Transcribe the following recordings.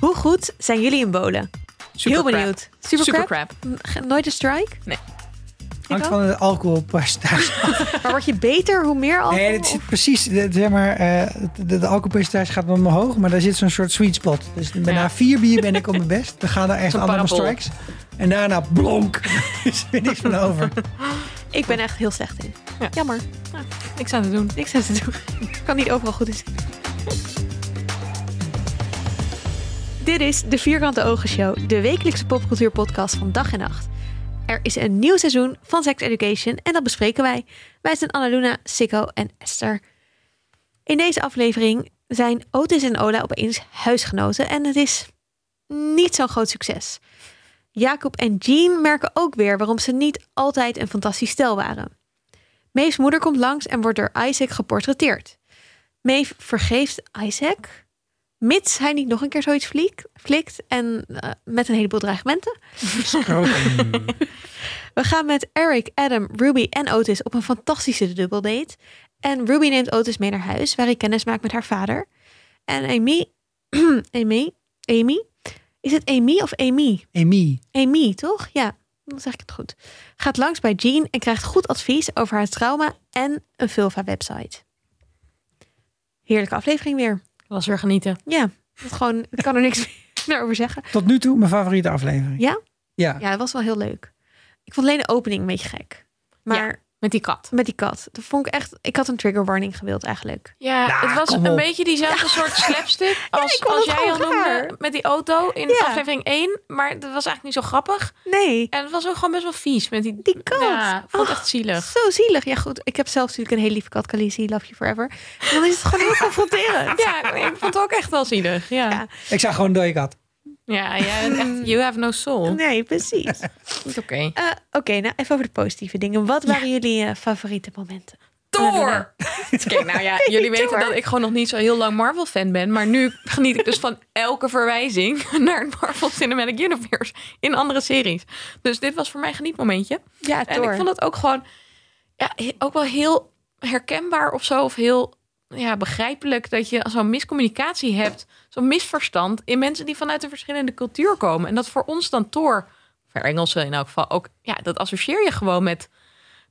Hoe goed zijn jullie in bowlen? Super Heel crap. benieuwd. Super, Super, crap? crap. N- Nooit een strike? Nee. Ik Hangt ook. van het alcoholpercentage. Maar word je beter hoe meer Oh. alcohol? Nee, het zit precies. de- Zeg maar, eh, de, de alcoholpercentage gaat wel omhoog, maar daar zit zo'n soort sweet spot. Dus bij Ja. na vier bier ben ik op mijn best. Dan gaan er echt Zo'n allemaal parabool. strikes. En daarna blonk. is er niks van over. Ik ben echt heel slecht in. Ja. Jammer. Niks aan te doen. Niks aan te doen. Ik kan niet overal goed in zijn. Dit is de Vierkante Ogen Show, de wekelijkse popcultuurpodcast van dag en nacht. Er is een nieuw seizoen van Sex Education en dat bespreken wij. Wij zijn Annaluna, Sikko en Esther. In deze aflevering zijn Otis en Ola opeens huisgenoten en het is niet zo'n groot succes. Jacob en Jean merken ook weer waarom ze niet altijd een fantastisch stel waren. Maeve's moeder komt langs en wordt door Isaac geportretteerd. Maeve vergeeft Isaac, mits hij niet nog een keer zoiets fliek- flikt en eh, met een heleboel dreigementen. We gaan met Eric, Adam, Ruby en Otis op een fantastische dubbeldate. En Ruby neemt Otis mee naar huis, waar hij kennis maakt met haar vader. En Amy, Amy, Amy, is het Amy of Amy? Amy. Amy, toch? Ja, dan zeg ik het goed. Gaat langs bij Jean en krijgt goed advies over haar trauma en een Vulva-website. Heerlijke aflevering weer. was weer genieten. Ja, dat gewoon, ik kan er niks meer over zeggen. Tot nu toe mijn favoriete aflevering. Ja? Ja. Ja, dat was wel heel leuk. Ik vond alleen de opening een beetje gek. Maar Met die kat. met die kat, dat vond ik echt... Ik had een trigger warning gewild eigenlijk. Ja, Nou, het was kom een op. beetje diezelfde soort slapstick als, ik vond als het jij al gewoon raar. noemde met die auto in Ja. aflevering 1. Maar dat was eigenlijk niet zo grappig. Nee, En het was ook gewoon best wel vies met die... die kat. Ja, vond ik Ach, echt zielig. Zo zielig. Ja goed, ik heb zelf natuurlijk een hele lieve kat, Khaleesi, love you forever. En dan is het gewoon heel confronterend. Ja, ik vond het ook echt wel zielig. Ja. Ja, Ik zag gewoon door je kat. ja, jij bent echt... You have no soul. Nee, precies. Oké. Eh, Oké, nou even over de positieve dingen. Wat waren jullie eh, favoriete momenten? Door! Kijk, nou ja, jullie weten Door. dat ik gewoon nog niet zo heel lang Marvel-fan ben. Maar nu geniet ik dus van elke verwijzing naar het Marvel Cinematic Universe in andere series. Dus dit was voor mij een genietmomentje. Ja, En ik vond het ook gewoon, ja, he- ook wel heel herkenbaar of zo. Of heel ja, begrijpelijk dat je zo'n miscommunicatie hebt. Zo'n misverstand in mensen die vanuit een verschillende cultuur komen. En dat voor ons dan Thor, voor Engelsen in elk geval, ook, ja, dat associeer je gewoon met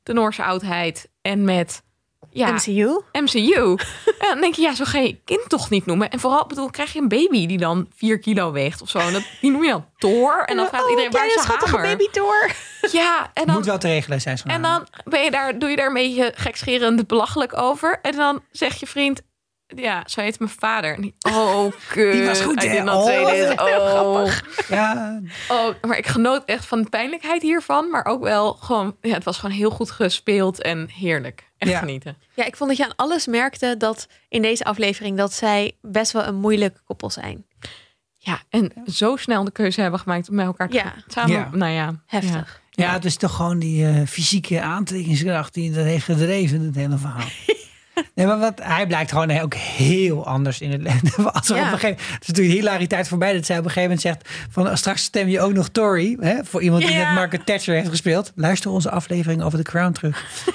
de Noorse oudheid en met. Ja, MCU. MCU. En dan denk je, ja, zo ga je je kind toch niet noemen. En vooral, ik bedoel, krijg je een baby die dan vier kilo weegt of zo. En dat, die noem je dan Thor. En dan vraagt Oh, iedereen, waar kleine is zijn schattige hamer? baby door. Ja, en dan Moet wel te regelen zijn. zo'n en avond. dan ben je daar, doe je daar een beetje gekscherend belachelijk over. En dan zegt je vriend, ja, zo heet mijn vader. En die, oh, kut. Die was goed, I hè? did not Oh, say this. dat Oh, Ja, oh, maar ik genoot echt van de pijnlijkheid hiervan. Maar ook wel gewoon, ja, het was gewoon heel goed gespeeld en heerlijk. Echt Ja. genieten. Ja, ik vond dat je aan alles merkte dat in deze aflevering dat zij best wel een moeilijk koppel zijn. Ja, en zo snel de keuze hebben gemaakt om bij elkaar te Ja. samen. Ja. Nou ja, Heftig. Ja, het is toch gewoon die eh, fysieke aantekeningskracht die dat heeft gedreven, het hele verhaal. Nee, maar wat, hij blijkt gewoon ook heel anders in het leven. Als er Ja. op een gegeven, het is natuurlijk hilariteit voorbij dat zij op een gegeven moment zegt... van "Oh, straks stem je ook nog Tory. Hè, voor iemand die Ja. net Margaret Thatcher heeft gespeeld. Luister onze aflevering over The Crown terug.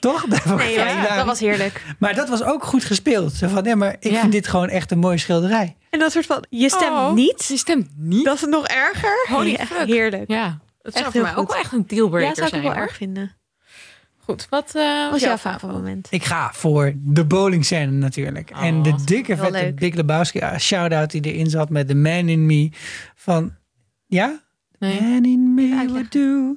Toch? Dat was Nee, gewoon ja, hilarisch. dat was heerlijk. Maar dat was ook goed gespeeld. Zo van, nee, maar ik Ja. vind dit gewoon echt een mooie schilderij. En dat soort van, je stemt Oh. niet. Ze stemt niet. Dat is nog erger. Holy Ja, fuck. Heerlijk. ja, dat Echt zou voor heel mij goed. ook wel echt een Ja, dealbreaker zou ik ook zijn. wel hoor. erg vinden. Goed, wat eh, Wat was jouw favoriete moment? Ik ga voor de bowling scène natuurlijk. Oh, en de dikke heel vette leuk. Big Lebowski ah, shout-out die erin zat met The Man in Me. Van, ja? Nee. Man in me Uitleggen. would do.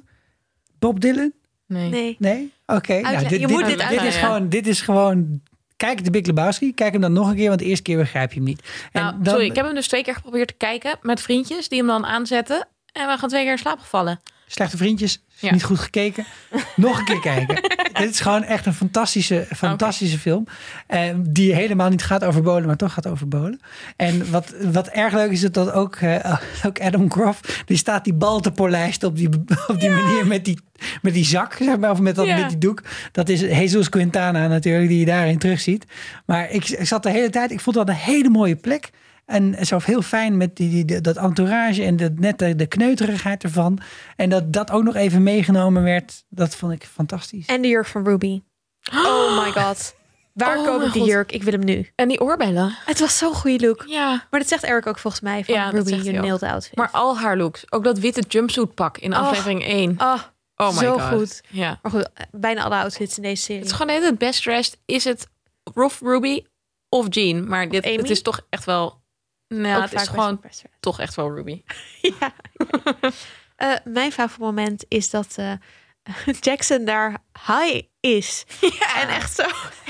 Bob Dylan? Nee. Nee. Nee? Oké. Nou, Uitleggen. dit, Je dit- moet dit dit is uitleggen. gewoon, dit is gewoon... Kijk de Big Lebowski. Kijk hem dan nog een keer, want de eerste keer begrijp je hem niet. En Nou, dan- sorry, ik heb hem dus twee keer geprobeerd te kijken met vriendjes die hem dan aanzetten. En we gaan twee keer in slaap gevallen. Slechte vriendjes, is Ja. niet goed gekeken. Nog een keer kijken. Dit is gewoon echt een fantastische, fantastische film. Eh, die helemaal niet gaat over bolen, maar toch gaat over bolen. En wat, wat erg leuk is, is dat ook, eh, ook Adam Groff... die staat die bal te polijsten op die, op die manier met die, met die zak, zeg maar. Of met, dat, Ja. met die doek. Dat is Jesus Quintana natuurlijk, die je daarin terugziet. Maar ik, ik zat de hele tijd... Ik vond dat een hele mooie plek. En zo heel fijn met die, die- die- dat entourage en de, net de, de kneuterigheid ervan. En dat dat ook nog even meegenomen werd, dat vond ik fantastisch. En de jurk van Ruby. Oh my god. Waar Oh, koop mijn ik die God. jurk? Ik wil hem nu. En die oorbellen. Het was zo'n goede look. Ja. Maar dat zegt Eric ook volgens mij van Ja, dat Ruby, zegt hij je ook. nailed the outfit. Maar al haar looks. Ook dat witte jumpsuit pak in Oh. aflevering 1. oh, Oh my zo god. goed. Ja. Maar goed, eh, bijna alle outfits in deze serie. Het is gewoon net het best dressed. Is het Rough Ruby of Jean? Maar dit, Amy? het is toch echt wel... Nou, Ook het vaak bij is gewoon Sylvester. toch echt wel Ruby. ja. Eh, mijn favoriet moment is dat eh, Jackson daar high is. En echt zo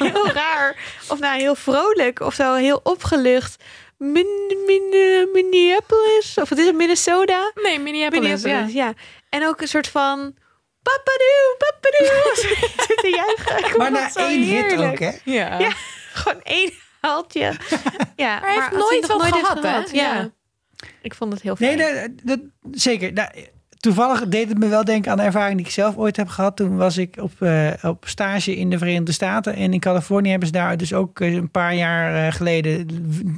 heel raar. Of nou, heel vrolijk. Of zo heel opgelucht. Min, min, eh, Minneapolis. Of het is het Minnesota. Nee, Minneapolis. Minneapolis, ja. En ook een soort van... Papadoe, papadoe. Zitten juichen. Ik vond Maar dat na zo één hit heerlijk. ook, hè? Ja. Ja, gewoon één haaltje. Ja, maar hij heeft had nooit nog wat dit gehad, hè? Ja. Ja. Ik vond het heel fijn. Nee, dat, dat- zeker. Nou, toevallig deed het me wel denken aan de ervaring die ik zelf ooit heb gehad. Toen was ik op, eh, op stage in de Verenigde Staten. En in Californië hebben ze daar dus ook eh, een paar jaar eh, geleden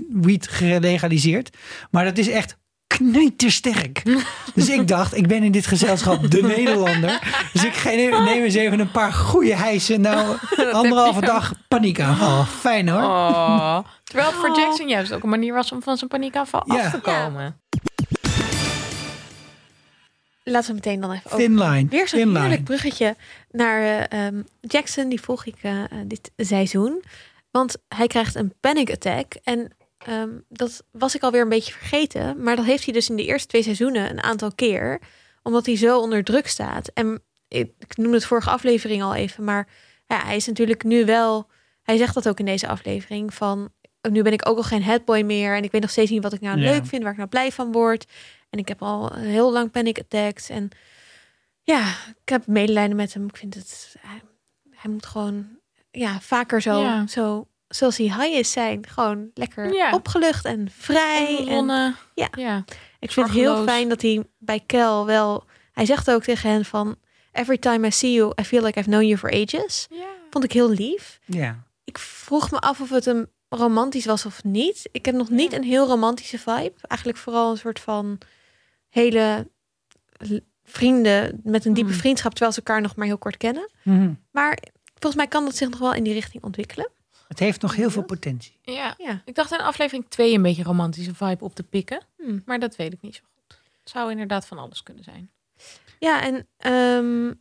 wiet gelegaliseerd. Maar dat is echt knijtersterk. Dus ik dacht, ik ben in dit gezelschap de Nederlander. Dus ik ge- neem eens even een paar goede hijsen. Nou, anderhalve dag paniekaanval. Fijn hoor. Oh. Terwijl het voor Oh. Jackson juist ook een manier was om van zijn paniekaanval Ja. af te komen. Laten we meteen dan even over. Thin line. Oh, Weer zo'n thin line. heerlijk bruggetje naar eh, ehm, Jackson. Die volg ik eh, eh, dit seizoen. Want hij krijgt een panic attack. En ehm, dat was ik alweer een beetje vergeten. Maar dat heeft hij dus in de eerste twee seizoenen een aantal keer. Omdat hij zo onder druk staat. En ik, ik noemde het vorige aflevering al even. Maar ja, hij is natuurlijk nu wel... Hij zegt dat ook in deze aflevering. Van nu ben ik ook al geen headboy meer. En ik weet nog steeds niet wat ik nou Ja. leuk vind. Waar ik nou blij van word. En ik heb al heel lang panic attacks. En ja, ik heb medelijden met hem. Ik vind het. Hij, hij moet gewoon ja, vaker zo, Ja. zo zoals hij high is zijn. Gewoon lekker Ja. opgelucht en vrij. En Onbezonnen. ja. ja. ik vind het heel zorgeloos. fijn dat hij bij Kel wel. Hij zegt ook tegen hen van every time I see you, I feel like I've known you for ages. Vond ik heel lief. Ja. Ik vroeg me af of het hem romantisch was of niet. Ik heb nog niet Ja. een heel romantische vibe. Eigenlijk vooral een soort van hele l- vrienden met een diepe Mhm. vriendschap, terwijl ze elkaar nog maar heel kort kennen. Mhm. Maar volgens mij kan dat zich nog wel in die richting ontwikkelen. Het heeft nog heel veel potentie. Ja. Ja. Ik dacht in aflevering 2 een beetje een romantische vibe op te pikken. Hmm. Maar dat weet ik niet zo goed. Het zou inderdaad van alles kunnen zijn. Ja, en ehm,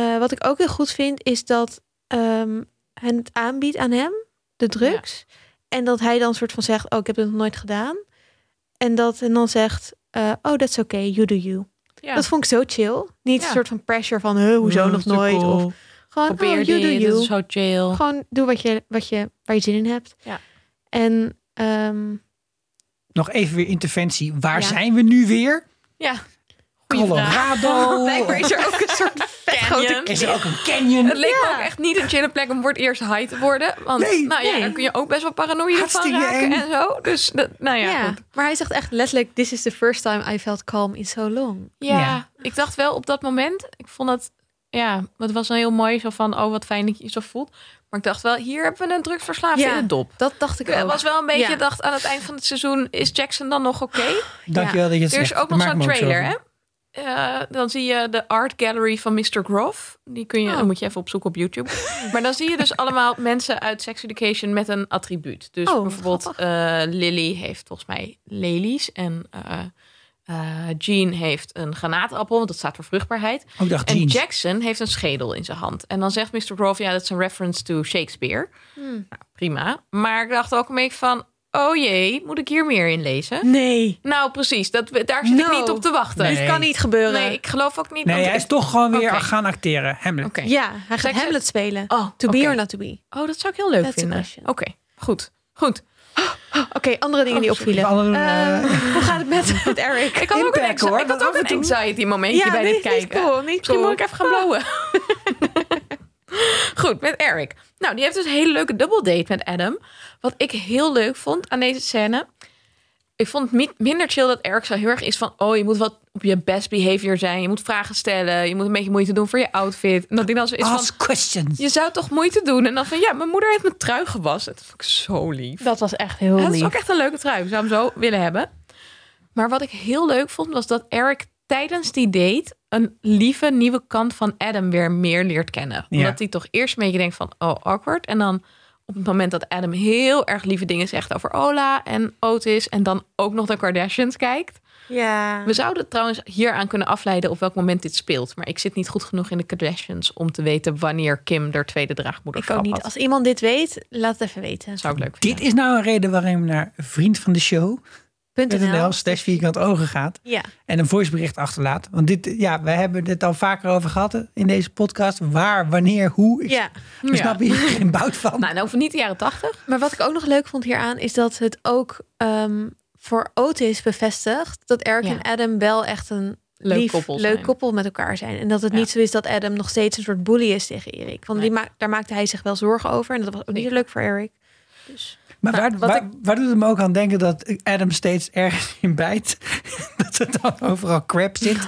eh, wat ik ook heel goed vind is dat ehm hij het aanbiedt aan hem, de drugs. En dat hij dan soort van zegt, oh, ik heb het nog nooit gedaan. En dat en dan zegt, eh, oh, that's okay, you do you. Ja. Dat vond ik zo chill. Niet Ja. een soort van pressure van, huh, hoezo Oh, nog zo nooit? cool. Of gewoon, oh, Probeer you die, do dit you. is zo chill. Gewoon doe wat je, wat je, waar je zin in hebt. Ja. En ehm, Nog even weer interventie. Waar Ja. zijn we nu weer? Ja. Goeie vraag. Oh, Colorado. blijkbaar is er ook een soort vet Canyon. grote... Is er ook een canyon? Het leek me Ja. ook echt niet een chille plek om voor het eerst high te worden. Want Nee. nou ja, Nee. daar kun je ook best wel paranoïde van Hartstikke raken eng. en zo. Dus dat, nou ja, Ja, goed. maar hij zegt echt letterlijk... This is the first time I felt calm in so long. Ja, Ja. ik dacht wel op dat moment. Ik vond dat, ja, het was een heel mooi zo van, oh wat fijn dat je je zo voelt. Maar ik dacht wel, hier hebben we een drugsverslaafde Ja. in de dop. Dat dacht ik Ik eh, ook. was wel een beetje, Ja. dacht aan het eind van het seizoen, is Jackson dan nog oké? Dankjewel dat je het Er is zegt. ook nog Daar zo'n maak ik me trailer, zorgen. hè? Eh, dan zie je de art gallery van Mr. Groff. Die kun je, Oh. dan moet je even opzoeken op YouTube. maar dan zie je dus allemaal mensen uit Sex Education met een attribuut. Dus Oh, wat bijvoorbeeld eh, Lily heeft volgens mij lelies. En eh, eh, Jean heeft een granaatappel, want dat staat voor vruchtbaarheid. Ook dacht En jeans. Jackson heeft een schedel in zijn hand. En dan zegt Mr. Groff, ja, dat is een reference to Shakespeare. Hmm. Nou, prima. Maar ik dacht ook een beetje van, oh jee, moet ik hier meer in lezen? Nee, Nou, precies. Dat, daar zit No. ik niet op te wachten. Nee. dit kan niet gebeuren. Nee, ik geloof ook niet. Nee, want hij ik- is toch gewoon weer Oké. gaan acteren. Hamlet. Oké. Ja, hij gaat Zeg ze- Hamlet spelen. Oh, To be oké. or not to be. Oh, dat zou ik heel leuk That's the vinden. question. Oké, goed. Goed. Oké, andere dingen die Oh, sorry. opvielen. Alle doen, Eh, eh, hoe gaat het met, met Eric? Ik had ook een, Impact, anxi- hoor, ik dat had ook af en een toe. anxiety momentje bij nee, dit niet kijken. Cool, niet Misschien cool. moet ik even gaan blowen. Goed, met Eric. Nou, die heeft dus een hele leuke dubbeldate met Adam. Wat ik heel leuk vond aan deze scène. Ik vond het mi- minder chill dat Eric zo heel erg is van... oh, je moet wat op je best behavior zijn. Je moet vragen stellen. Je moet een beetje moeite doen voor je outfit. En dat die dan zo is van... Ask questions. Je zou toch moeite doen? En dan van, ja, mijn moeder heeft mijn trui gewassen. Dat vond ik zo lief. Dat was echt heel Het lief. is ook echt een leuke trui. Ik zou hem zo willen hebben. Maar wat ik heel leuk vond, was dat Eric tijdens die date... een lieve nieuwe kant van Adam weer meer leert kennen. Ja. Omdat hij toch eerst een beetje denkt van, oh, awkward. En dan op het moment dat Adam heel erg lieve dingen zegt over Ola en Otis en dan ook nog de Kardashians kijkt. Ja. We zouden trouwens hieraan kunnen afleiden op welk moment dit speelt, maar ik zit niet goed genoeg in de Kardashians om te weten wanneer Kim haar tweede Ik draagmoederschap ook niet. had. Als iemand dit weet, laat het even weten. Zou ik leuk vinden. Dit is nou een reden waarom je naar vriend van de show. Punt NL. slash vierkant ogen gaat Ja. en een voicebericht achterlaat. Want dit, ja, we hebben het al vaker over gehad hè, in deze podcast. Waar, wanneer, hoe. Ik ja. ik Ja. snap hier geen bout van. Nou, nou, niet de jaren tachtig. Maar wat ik ook nog leuk vond hieraan is dat het ook ehm, voor Otis bevestigt dat Eric Ja. en Adam wel echt een Leuk lief, koppel leuk zijn. koppel met elkaar zijn. En dat het Ja. niet zo is dat Adam nog steeds een soort bully is tegen Erik. Want die maakt, daar maakte hij zich wel zorgen over. En dat was ook niet Zeker. leuk voor Erik. Dus maar nou, waar, wat waar, waar doet het me ook aan denken dat Adam steeds ergens in bijt? dat het dan overal crap zit?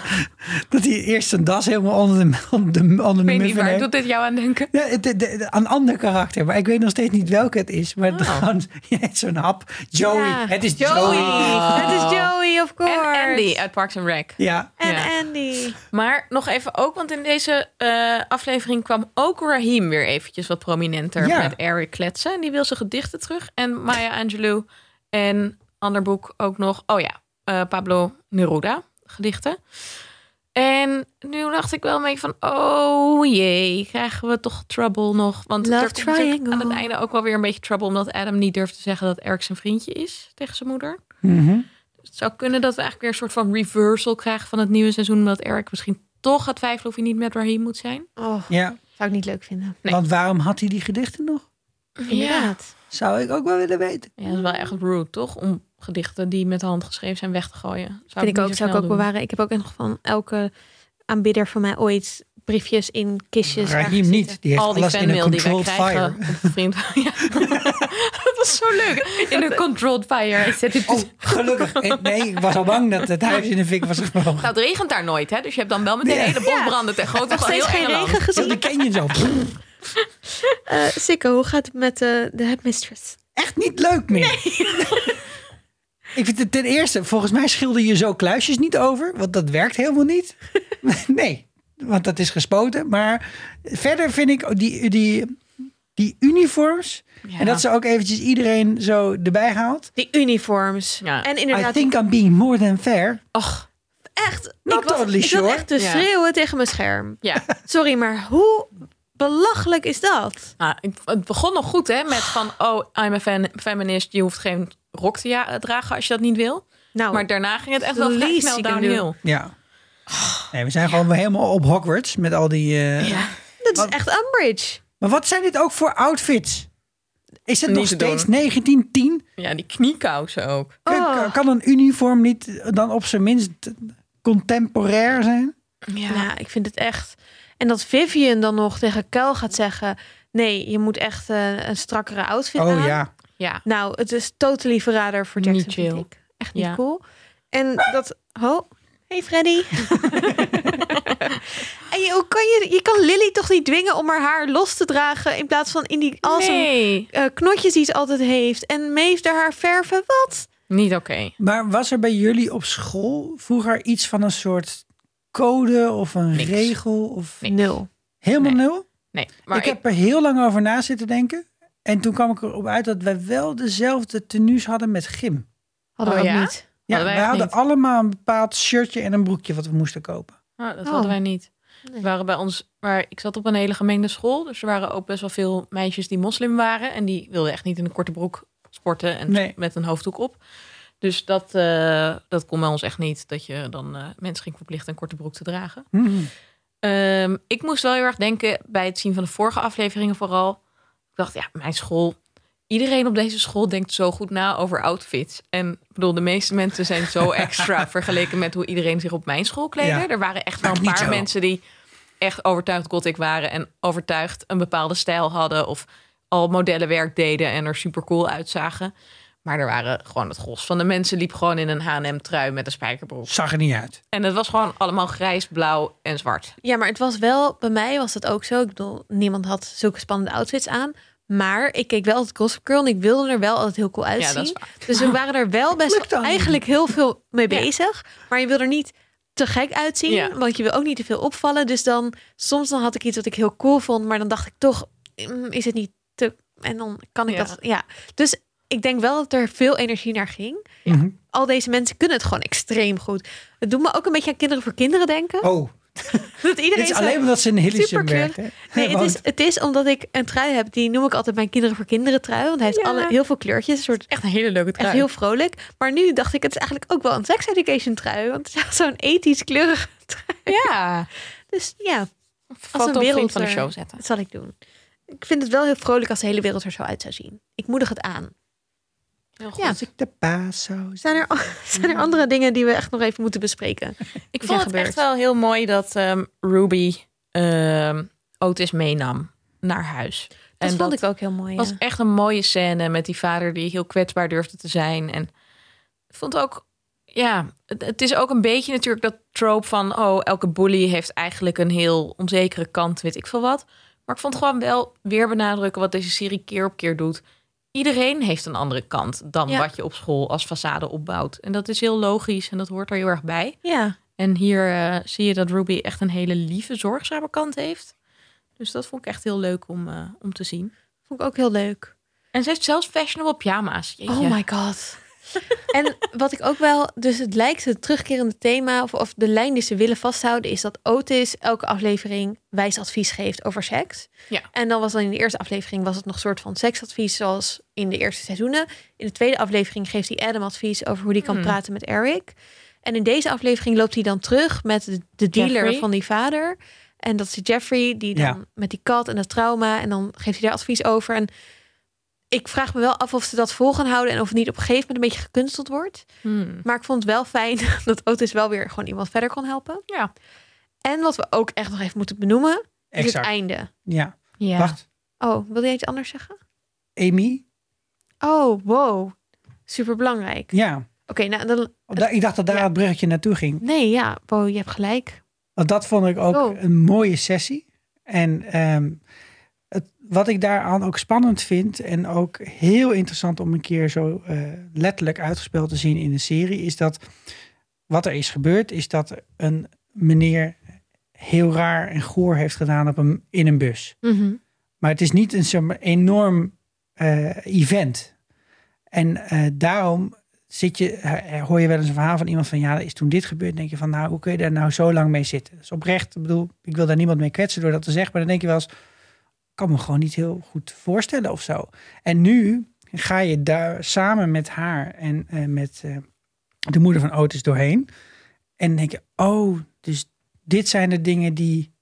dat hij eerst zijn das helemaal onder de, onder de, onder Ik de weet niet muffen waar heeft? doet dit jou aan denken. Ja, het, de- de- een ander karakter, maar ik weet nog steeds niet welke het is. Maar Oh. dan je hebt zo'n hap. Joey, Ja. het is Joey. Joey! Het is Joey, of course! Ah. En Andy uit Parks and Rec. Ja, En Ja. Andy. Maar nog even ook, want in deze eh, aflevering kwam ook Raheem weer eventjes wat prominenter Ja. met Eric kletsen. En die wil zijn gedichten terug. En Maya Angelou en ander boek ook nog. Oh ja, eh, Pablo Neruda gedichten. En nu dacht ik wel een beetje van, oh jee, krijgen we toch trouble nog? Want Love er komt natuurlijk aan het triangle. einde ook wel weer een beetje trouble, omdat Adam niet durft te zeggen dat Eric zijn vriendje is tegen zijn moeder. Mhm. Het zou kunnen dat we eigenlijk weer een soort van reversal krijgen van het nieuwe seizoen. Omdat Eric misschien toch gaat twijfelen of hij niet met Raheem moet zijn. Oh, ja. zou ik niet leuk vinden. Nee. want waarom had hij die gedichten nog? Inderdaad. Zou ik ook wel willen weten. Ja, dat is wel echt rude, toch? Om gedichten die met de hand geschreven zijn weg te gooien. Zou Vind ik niet ook, zou zo ik snel ook doen. bewaren. Ik heb ook nog van elke aanbidder van mij ooit briefjes in kistjes. Raheem ergens niet. Die heeft Al die alles in een fanmail die wij controlled krijgen. fire. op een Vriend. Ja. dat was zo leuk. In een controlled fire. nou, Ik zet dit- Oh, gelukkig. En- Nee, ik was al bang dat het huis in de fik was gevlogen. Nou, het regent daar nooit, hè? Dus je hebt dan wel meteen Ja. hele bosbranden ten grote Nog van heel steeds geen Engeland. regen Zo, gezien. die ken je zo. Eh Sikko, hoe gaat het met eh, de headmistress? Echt niet leuk meer. Ik vind het ten eerste, volgens mij schilder je zo kluisjes niet over, want dat werkt helemaal niet. Nee, want dat is gespoten. Maar verder vind ik die, die, die uniforms, Ja. en dat ze ook eventjes iedereen zo erbij haalt. Die uniforms. Ja. En I inderdaad, think I'm being more than fair. Och, echt. Not ik was, totally ik zat sure. echt te Ja. schreeuwen tegen mijn scherm. ja. Sorry, maar hoe belachelijk is dat? Nou, ik- het begon nog goed, hè? Met van, oh, I'm a fan, feminist. Je hoeft geen rok te ja- dragen als je dat niet wil. Nou, Maar daarna ging het echt wel vrij Please, snel ik bedoel- downhill. Ja. Oh, Nee, we zijn gewoon helemaal op Hogwarts met al die... eh, dat is wat- echt Umbridge. Maar wat zijn dit ook voor outfits? Is het Niet nog te steeds doen. 1910? Ja, die kniekousen ook. Kan- Oh. Kan, kan een uniform niet dan op zijn minst contemporair zijn? Ja. Nou, ik vind het echt... En dat Vivian dan nog tegen Kuil gaat zeggen... Nee, je moet echt eh, een strakkere outfit aan. Oh ja. ja. Nou, het is totally verrader voor Jackson, Niet chill. vind ik. Echt niet Ja. cool. En dat... Ho, hey Freddy. en je, hoe kan je, je kan Lily toch niet dwingen om haar haar los te dragen... in plaats van in die awesome Nee, eh, knotjes die ze altijd heeft. En Maeve daar haar verven. Wat? niet oké. Maar was er bij jullie op school vroeger iets van een soort code of een Niks. regel? Of... Nee. Nul. Helemaal Nee. nul? Nee, maar ik ik, heb er heel lang over na zitten denken. En toen kwam ik erop uit dat wij wel dezelfde tenues hadden met gym. Hadden we Oh ook ja? niet. Ja, Hadden wij wij echt hadden niet. allemaal een bepaald shirtje en een broekje wat we moesten kopen. Ah, dat Oh. hadden wij niet. Nee. We waren bij ons, maar ik zat op een hele gemengde school. Dus er waren ook best wel veel meisjes die moslim waren. En die wilden echt niet in een korte broek sporten en Nee. met een hoofddoek op. Dus dat, eh, dat kon bij ons echt niet. Dat je dan eh, mensen ging verplichten een korte broek te dragen. Mhm. Ehm, ik moest wel heel erg denken bij het zien van de vorige afleveringen vooral. Ik dacht, ja, mijn school. Iedereen op deze school denkt zo goed na over outfits. En ik bedoel, de meeste mensen zijn zo extra vergeleken met hoe iedereen zich op mijn school kleedde. Ja. Er waren echt wel Maakt een niet paar zo. mensen die echt overtuigd gothic waren. En overtuigd een bepaalde stijl hadden. Of al modellenwerk deden en er super cool uitzagen. Maar er waren gewoon het gros van de mensen liep gewoon in een H&M trui met een spijkerbroek. Zag er niet uit. En het was gewoon allemaal grijs, blauw en zwart. Ja, maar het was wel, bij mij was dat ook zo. Ik bedoel, niemand had zulke spannende outfits aan. Maar ik keek wel altijd Gossip Girl en ik wilde er wel altijd heel cool uitzien. Ja, dat is waar. Dus we waren er wel best Lukt dan. eigenlijk heel veel mee Ja. bezig. Maar je wil er niet te gek uitzien, Ja. want je wil ook niet te veel opvallen. Dus dan, soms dan had ik iets wat ik heel cool vond, maar dan dacht ik toch, mm, is het niet te en dan kan ik Ja. dat. Ja. Dus ik denk wel dat er veel energie naar ging. Mhm. Al deze mensen kunnen het gewoon extreem goed. Het doet me ook een beetje aan kinderen voor kinderen denken. Oh, dat iedereen dit is zo- alleen omdat ze in Hillisum superkleurig. werkt. hè? Nee, het Want- is, het is omdat ik een trui heb, die noem ik altijd mijn kinderen voor kinderen trui. Want hij heeft Ja. alle, heel veel kleurtjes, een soort Echt een hele leuke trui. echt heel vrolijk. Maar nu dacht ik, het is eigenlijk ook wel een sex education trui. Want het is echt zo'n ethisch kleurige trui. Ja. Dus ja, Foto een op vriend wereld van de er- show zetten. dat zal ik doen. Ik vind het wel heel vrolijk als de hele wereld er zo uit zou zien. Ik moedig het aan. Heel goed. Ja. Als ik de paas zou zijn. Zijn er, zijn er andere dingen die we echt nog even moeten bespreken? Ik Die vond zijn het gebeurd. echt wel heel mooi dat ehm, Ruby ehm, Otis meenam naar huis. Dat vond ik ook heel mooi. ja. was echt een mooie scène met die vader die heel kwetsbaar durfde te zijn. En ik vond ook, ja, het, het is ook een beetje natuurlijk dat trope van, oh, elke bully heeft eigenlijk een heel onzekere kant, weet ik veel wat. Maar ik vond gewoon wel weer benadrukken wat deze serie keer op keer doet. Iedereen heeft een andere kant dan Ja. wat je op school als façade opbouwt. En dat is heel logisch en dat hoort er heel erg bij. Ja, En hier eh, zie je dat Ruby echt een hele lieve, zorgzame kant heeft. Dus dat vond ik echt heel leuk om, eh, om te zien. vond ik ook heel leuk. En ze heeft zelfs fashionable pyjama's. Jeetje. Oh my god. en wat ik ook wel, dus het lijkt het terugkerende thema of, of de lijn die ze willen vasthouden, is dat Otis elke aflevering wijs advies geeft over seks. Ja. En dan was dan in de eerste aflevering was het nog een soort van seksadvies, zoals in de eerste seizoenen. In de tweede aflevering geeft hij Adam advies over hoe hij kan Hmm. praten met Eric. En in deze aflevering loopt hij dan terug met de, de dealer Jeffrey. van die vader. En dat is Jeffrey, die dan Ja. met die kat en dat trauma. En dan geeft hij daar advies over. En ik vraag me wel af of ze dat vol gaan houden en of het niet op een gegeven moment een beetje gekunsteld wordt. Hmm. Maar ik vond het wel fijn dat Otis wel weer gewoon iemand verder kon helpen. Ja. En wat we ook echt nog even moeten benoemen, is het Exact. einde. Ja. ja. Wacht, Oh, wil jij iets anders zeggen? Amy? Oh, wow. Super belangrijk. Ja. Oké, nou dan. Da- Ik dacht dat daar Ja. het bruggetje naartoe ging. Nee, ja, wow, je hebt gelijk. Want dat vond ik ook Oh. een mooie sessie. En ehm, het, wat ik daaraan ook spannend vind en ook heel interessant om een keer zo eh, letterlijk uitgespeeld te zien in een serie, is dat wat er is gebeurd, is dat een meneer heel raar en goor heeft gedaan op een, in een bus. Mhm. Maar het is niet een zeg maar, enorm eh, event. En eh, daarom zit je, eh, hoor je wel eens een verhaal van iemand van ja, is toen dit gebeurd, denk je van nou, hoe kun je daar nou zo lang mee zitten? Dus oprecht, ik bedoel, ik wil daar niemand mee kwetsen door dat te zeggen, maar dan denk je wel eens, ik kan me gewoon niet heel goed voorstellen of zo. En nu ga je daar samen met haar en eh, met eh, de moeder van Otis doorheen. En denk je, oh, dus dit zijn de dingen die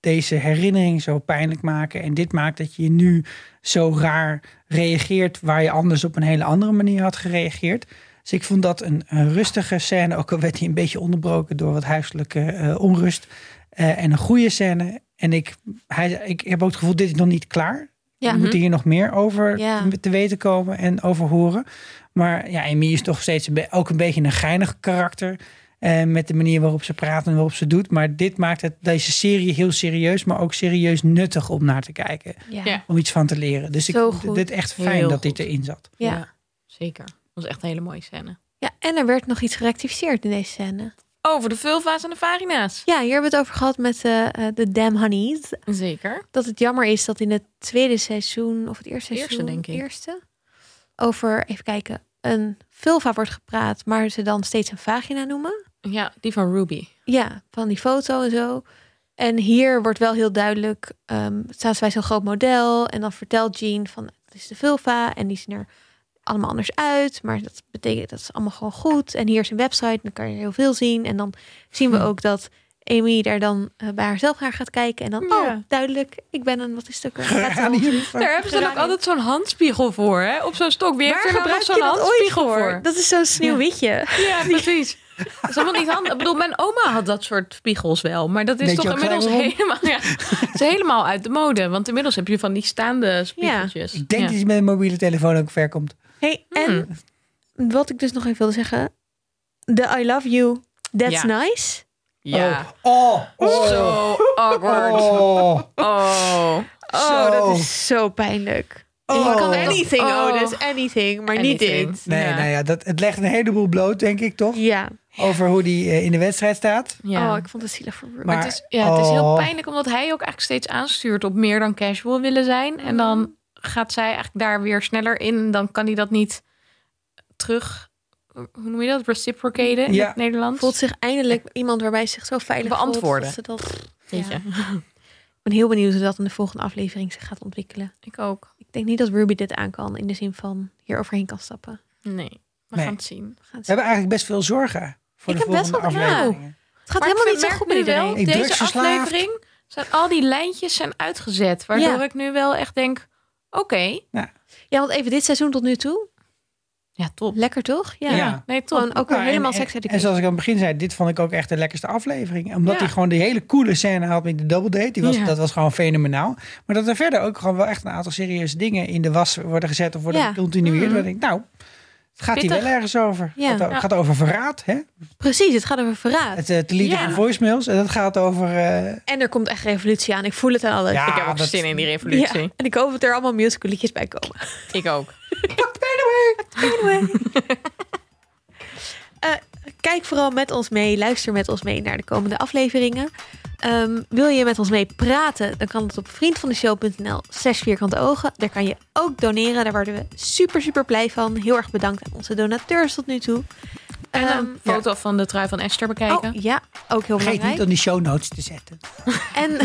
deze herinnering zo pijnlijk maken. En dit maakt dat je nu zo raar reageert waar je anders op een hele andere manier had gereageerd. Dus ik vond dat een, een rustige scène, ook al werd die een beetje onderbroken door wat huiselijke eh, onrust. Eh, en een goede scène. En ik, hij, ik heb ook het gevoel, dit is nog niet klaar. Ja. Mhm. We Mm-hmm. moeten hier nog meer over Ja. te weten komen en over horen. Maar ja, Amy is toch steeds een be- ook een beetje een geinig karakter. Eh, met de manier waarop ze praat en waarop ze doet. Maar dit maakt het, deze serie heel serieus, maar ook serieus nuttig om naar te kijken. Ja. Ja. Om iets van te leren. Dus ik Zo vond goed. dit echt fijn Heel dat dit goed. erin zat. Ja. Zeker. Dat was echt een hele mooie scène. ja, en er werd nog iets gerectificeerd in deze scène. Over de vulva's en de vagina's. Ja, hier hebben we het over gehad met eh, eh, de Damn Honeys. Zeker. dat het jammer is dat in het tweede seizoen, of het eerste Eerste, seizoen, denk ik. eerste, over, even kijken, een vulva wordt gepraat, maar ze dan steeds een vagina noemen. Ja, die van Ruby. Ja, van die foto en zo. En hier wordt wel heel duidelijk, ehm staan ze bij zo'n groot model en dan vertelt Jean van, het is de vulva en die zien er allemaal anders uit, maar dat betekent dat is allemaal gewoon goed. En hier is een website, en dan kan je heel veel zien. En dan zien we Hm. ook dat Amy daar dan eh, bij haarzelf naar gaat kijken en dan, Ja. oh, duidelijk, ik ben een, wat is het ook? weer? Een Aan jullie vraag. Daar hebben ze dan ook Geranium. altijd zo'n handspiegel voor, hè? Op zo'n stok. Wie heeft er nou nog zo'n handspiegel voor? Dat is zo'n sneeuwwitje. Ja, precies. Dat is allemaal niet handig. Ik bedoel, mijn oma had dat soort spiegels wel. Maar dat is Weet je toch ook gelijk inmiddels helemaal, ja, het is helemaal uit de mode. Want inmiddels heb je van die staande spiegeltjes. Ik denk Ja. dat je met een mobiele telefoon ook ver komt. Hey, Hm. en wat ik dus nog even wilde zeggen. De I love you, that's Ja. nice. Ja. Oh, oh, oh. Zo awkward. Oh. Oh. Oh, Zo. dat is zo pijnlijk. Oh. Je kan anything, Oh. Otis, anything, maar Anything. niet dit. Nee, Ja. nou ja, dat, het legt een heleboel bloot, denk ik toch? Ja. Over hoe die eh, in de wedstrijd staat. Ja. Oh, ik vond het zielig voor Ruby. Maar- het is, ja, het is heel oh. pijnlijk omdat hij ook eigenlijk steeds aanstuurt op meer dan casual willen zijn. En dan gaat zij eigenlijk daar weer sneller in. Dan kan hij dat niet terug. Hoe noem je dat? Reciprocaten in Ja. het Nederlands. Voelt zich eindelijk iemand waarbij ze zich zo veilig voelt Beantwoorden. dat ze dat, Jeetje. ja. Ik ben heel benieuwd hoe dat in de volgende aflevering zich gaat ontwikkelen. Ik ook. Ik denk niet dat Ruby dit aan kan. In de zin van hier overheen kan stappen. Nee. We Nee. gaan het zien. We gaan het We hebben eigenlijk best veel zorgen voor Ik de heb best volgende wel- ja. afleveringen. Het gaat Maar helemaal niet ik zo merk goed met nu wel, iedereen. Ik deze drugsverslaafd. aflevering zijn al die lijntjes zijn uitgezet. Waardoor Ja. ik nu wel echt denk, oké. Ja, want even dit seizoen tot nu toe. Ja, top. Lekker toch? Ja. Ja. Nee, top. Gewoon ook weer Nou, en- helemaal en- seks En zoals ik aan het begin zei, dit vond ik ook echt de lekkerste aflevering. Omdat Ja. hij gewoon die hele coole scène had met de double date. Die was, Ja. Dat was gewoon fenomenaal. Maar dat er verder ook gewoon wel echt een aantal serieuze dingen in de was worden gezet of worden Ja. gecontinueerd. Mhm. Dan denk ik, nou, het gaat hier Pittig. wel ergens over. Ja. Het gaat o- Ja. gaat over verraad, hè? Precies, het gaat over verraad. Het eh, te lieten Ja. van voicemails. En dat gaat over... eh, En er komt echt revolutie aan. Ik voel het aan alles. Ja, ik heb ook Ah, dat- zin in die Ja, revolutie. en ik hoop dat er allemaal musical liedjes bij komen. Ik ook. Eh, Kijk vooral met ons mee. Luister met ons mee naar de komende afleveringen. Ehm, wil je met ons mee praten? Dan kan dat op vriendvandeshow.nl. Zes vierkante ogen. Daar kan je ook doneren. Daar worden we super, super blij van. Heel erg bedankt aan onze donateurs tot nu toe. En Ehm, een foto van de trui van Esther bekijken. oh, ja, ook heel Vergeet niet belangrijk. om die show notes te zetten. En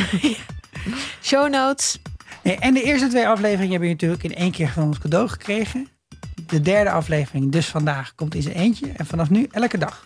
show notes. Nee, en de eerste twee afleveringen hebben je natuurlijk in één keer van ons cadeau gekregen. De derde aflevering, dus vandaag, komt in zijn eentje. En vanaf nu elke dag.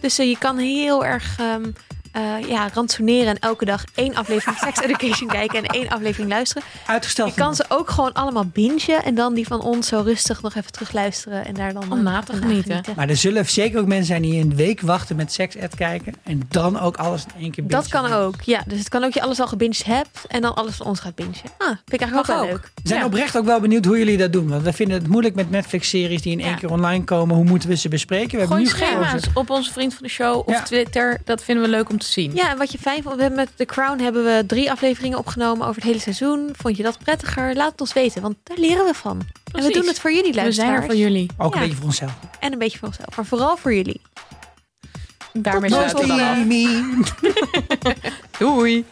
Dus eh, je kan heel erg ehm, eh, ja, ransoneren en elke dag één aflevering Sex Education kijken en één aflevering luisteren. Uitgesteld. Je kan ze ook gewoon allemaal bingen en dan die van ons zo rustig nog even terugluisteren en daar dan eh, Om na te van genieten. Maar er zullen zeker ook mensen zijn die een week wachten met seks-ad kijken. En dan ook alles in één keer Dat bingen. kan ook, ja. Dus het kan ook je alles al gebinged hebt en dan alles van ons gaat bingen. Ah, vind ik eigenlijk ook Mag wel ook. leuk. We zijn Ja. oprecht ook wel benieuwd hoe jullie dat doen. Want we vinden het moeilijk met Netflix-series die in één Ja. keer online komen. Hoe moeten we ze bespreken? We Gooi hebben nu gekozen. schema's op onze vriend van de show of Ja. Twitter. Dat vinden we leuk om te zien. Ja, en wat je fijn vond, we hebben met The Crown hebben we drie afleveringen opgenomen over het hele seizoen. Vond je dat prettiger? Laat het ons weten, want daar leren we van. En Precies. we doen het voor jullie, we luisteraars. zijn er voor jullie. Ook Ja. een beetje voor onszelf. En een beetje voor onszelf, maar vooral voor jullie. Daarmee Tot sluiten we dan af. Mostly me. Doei.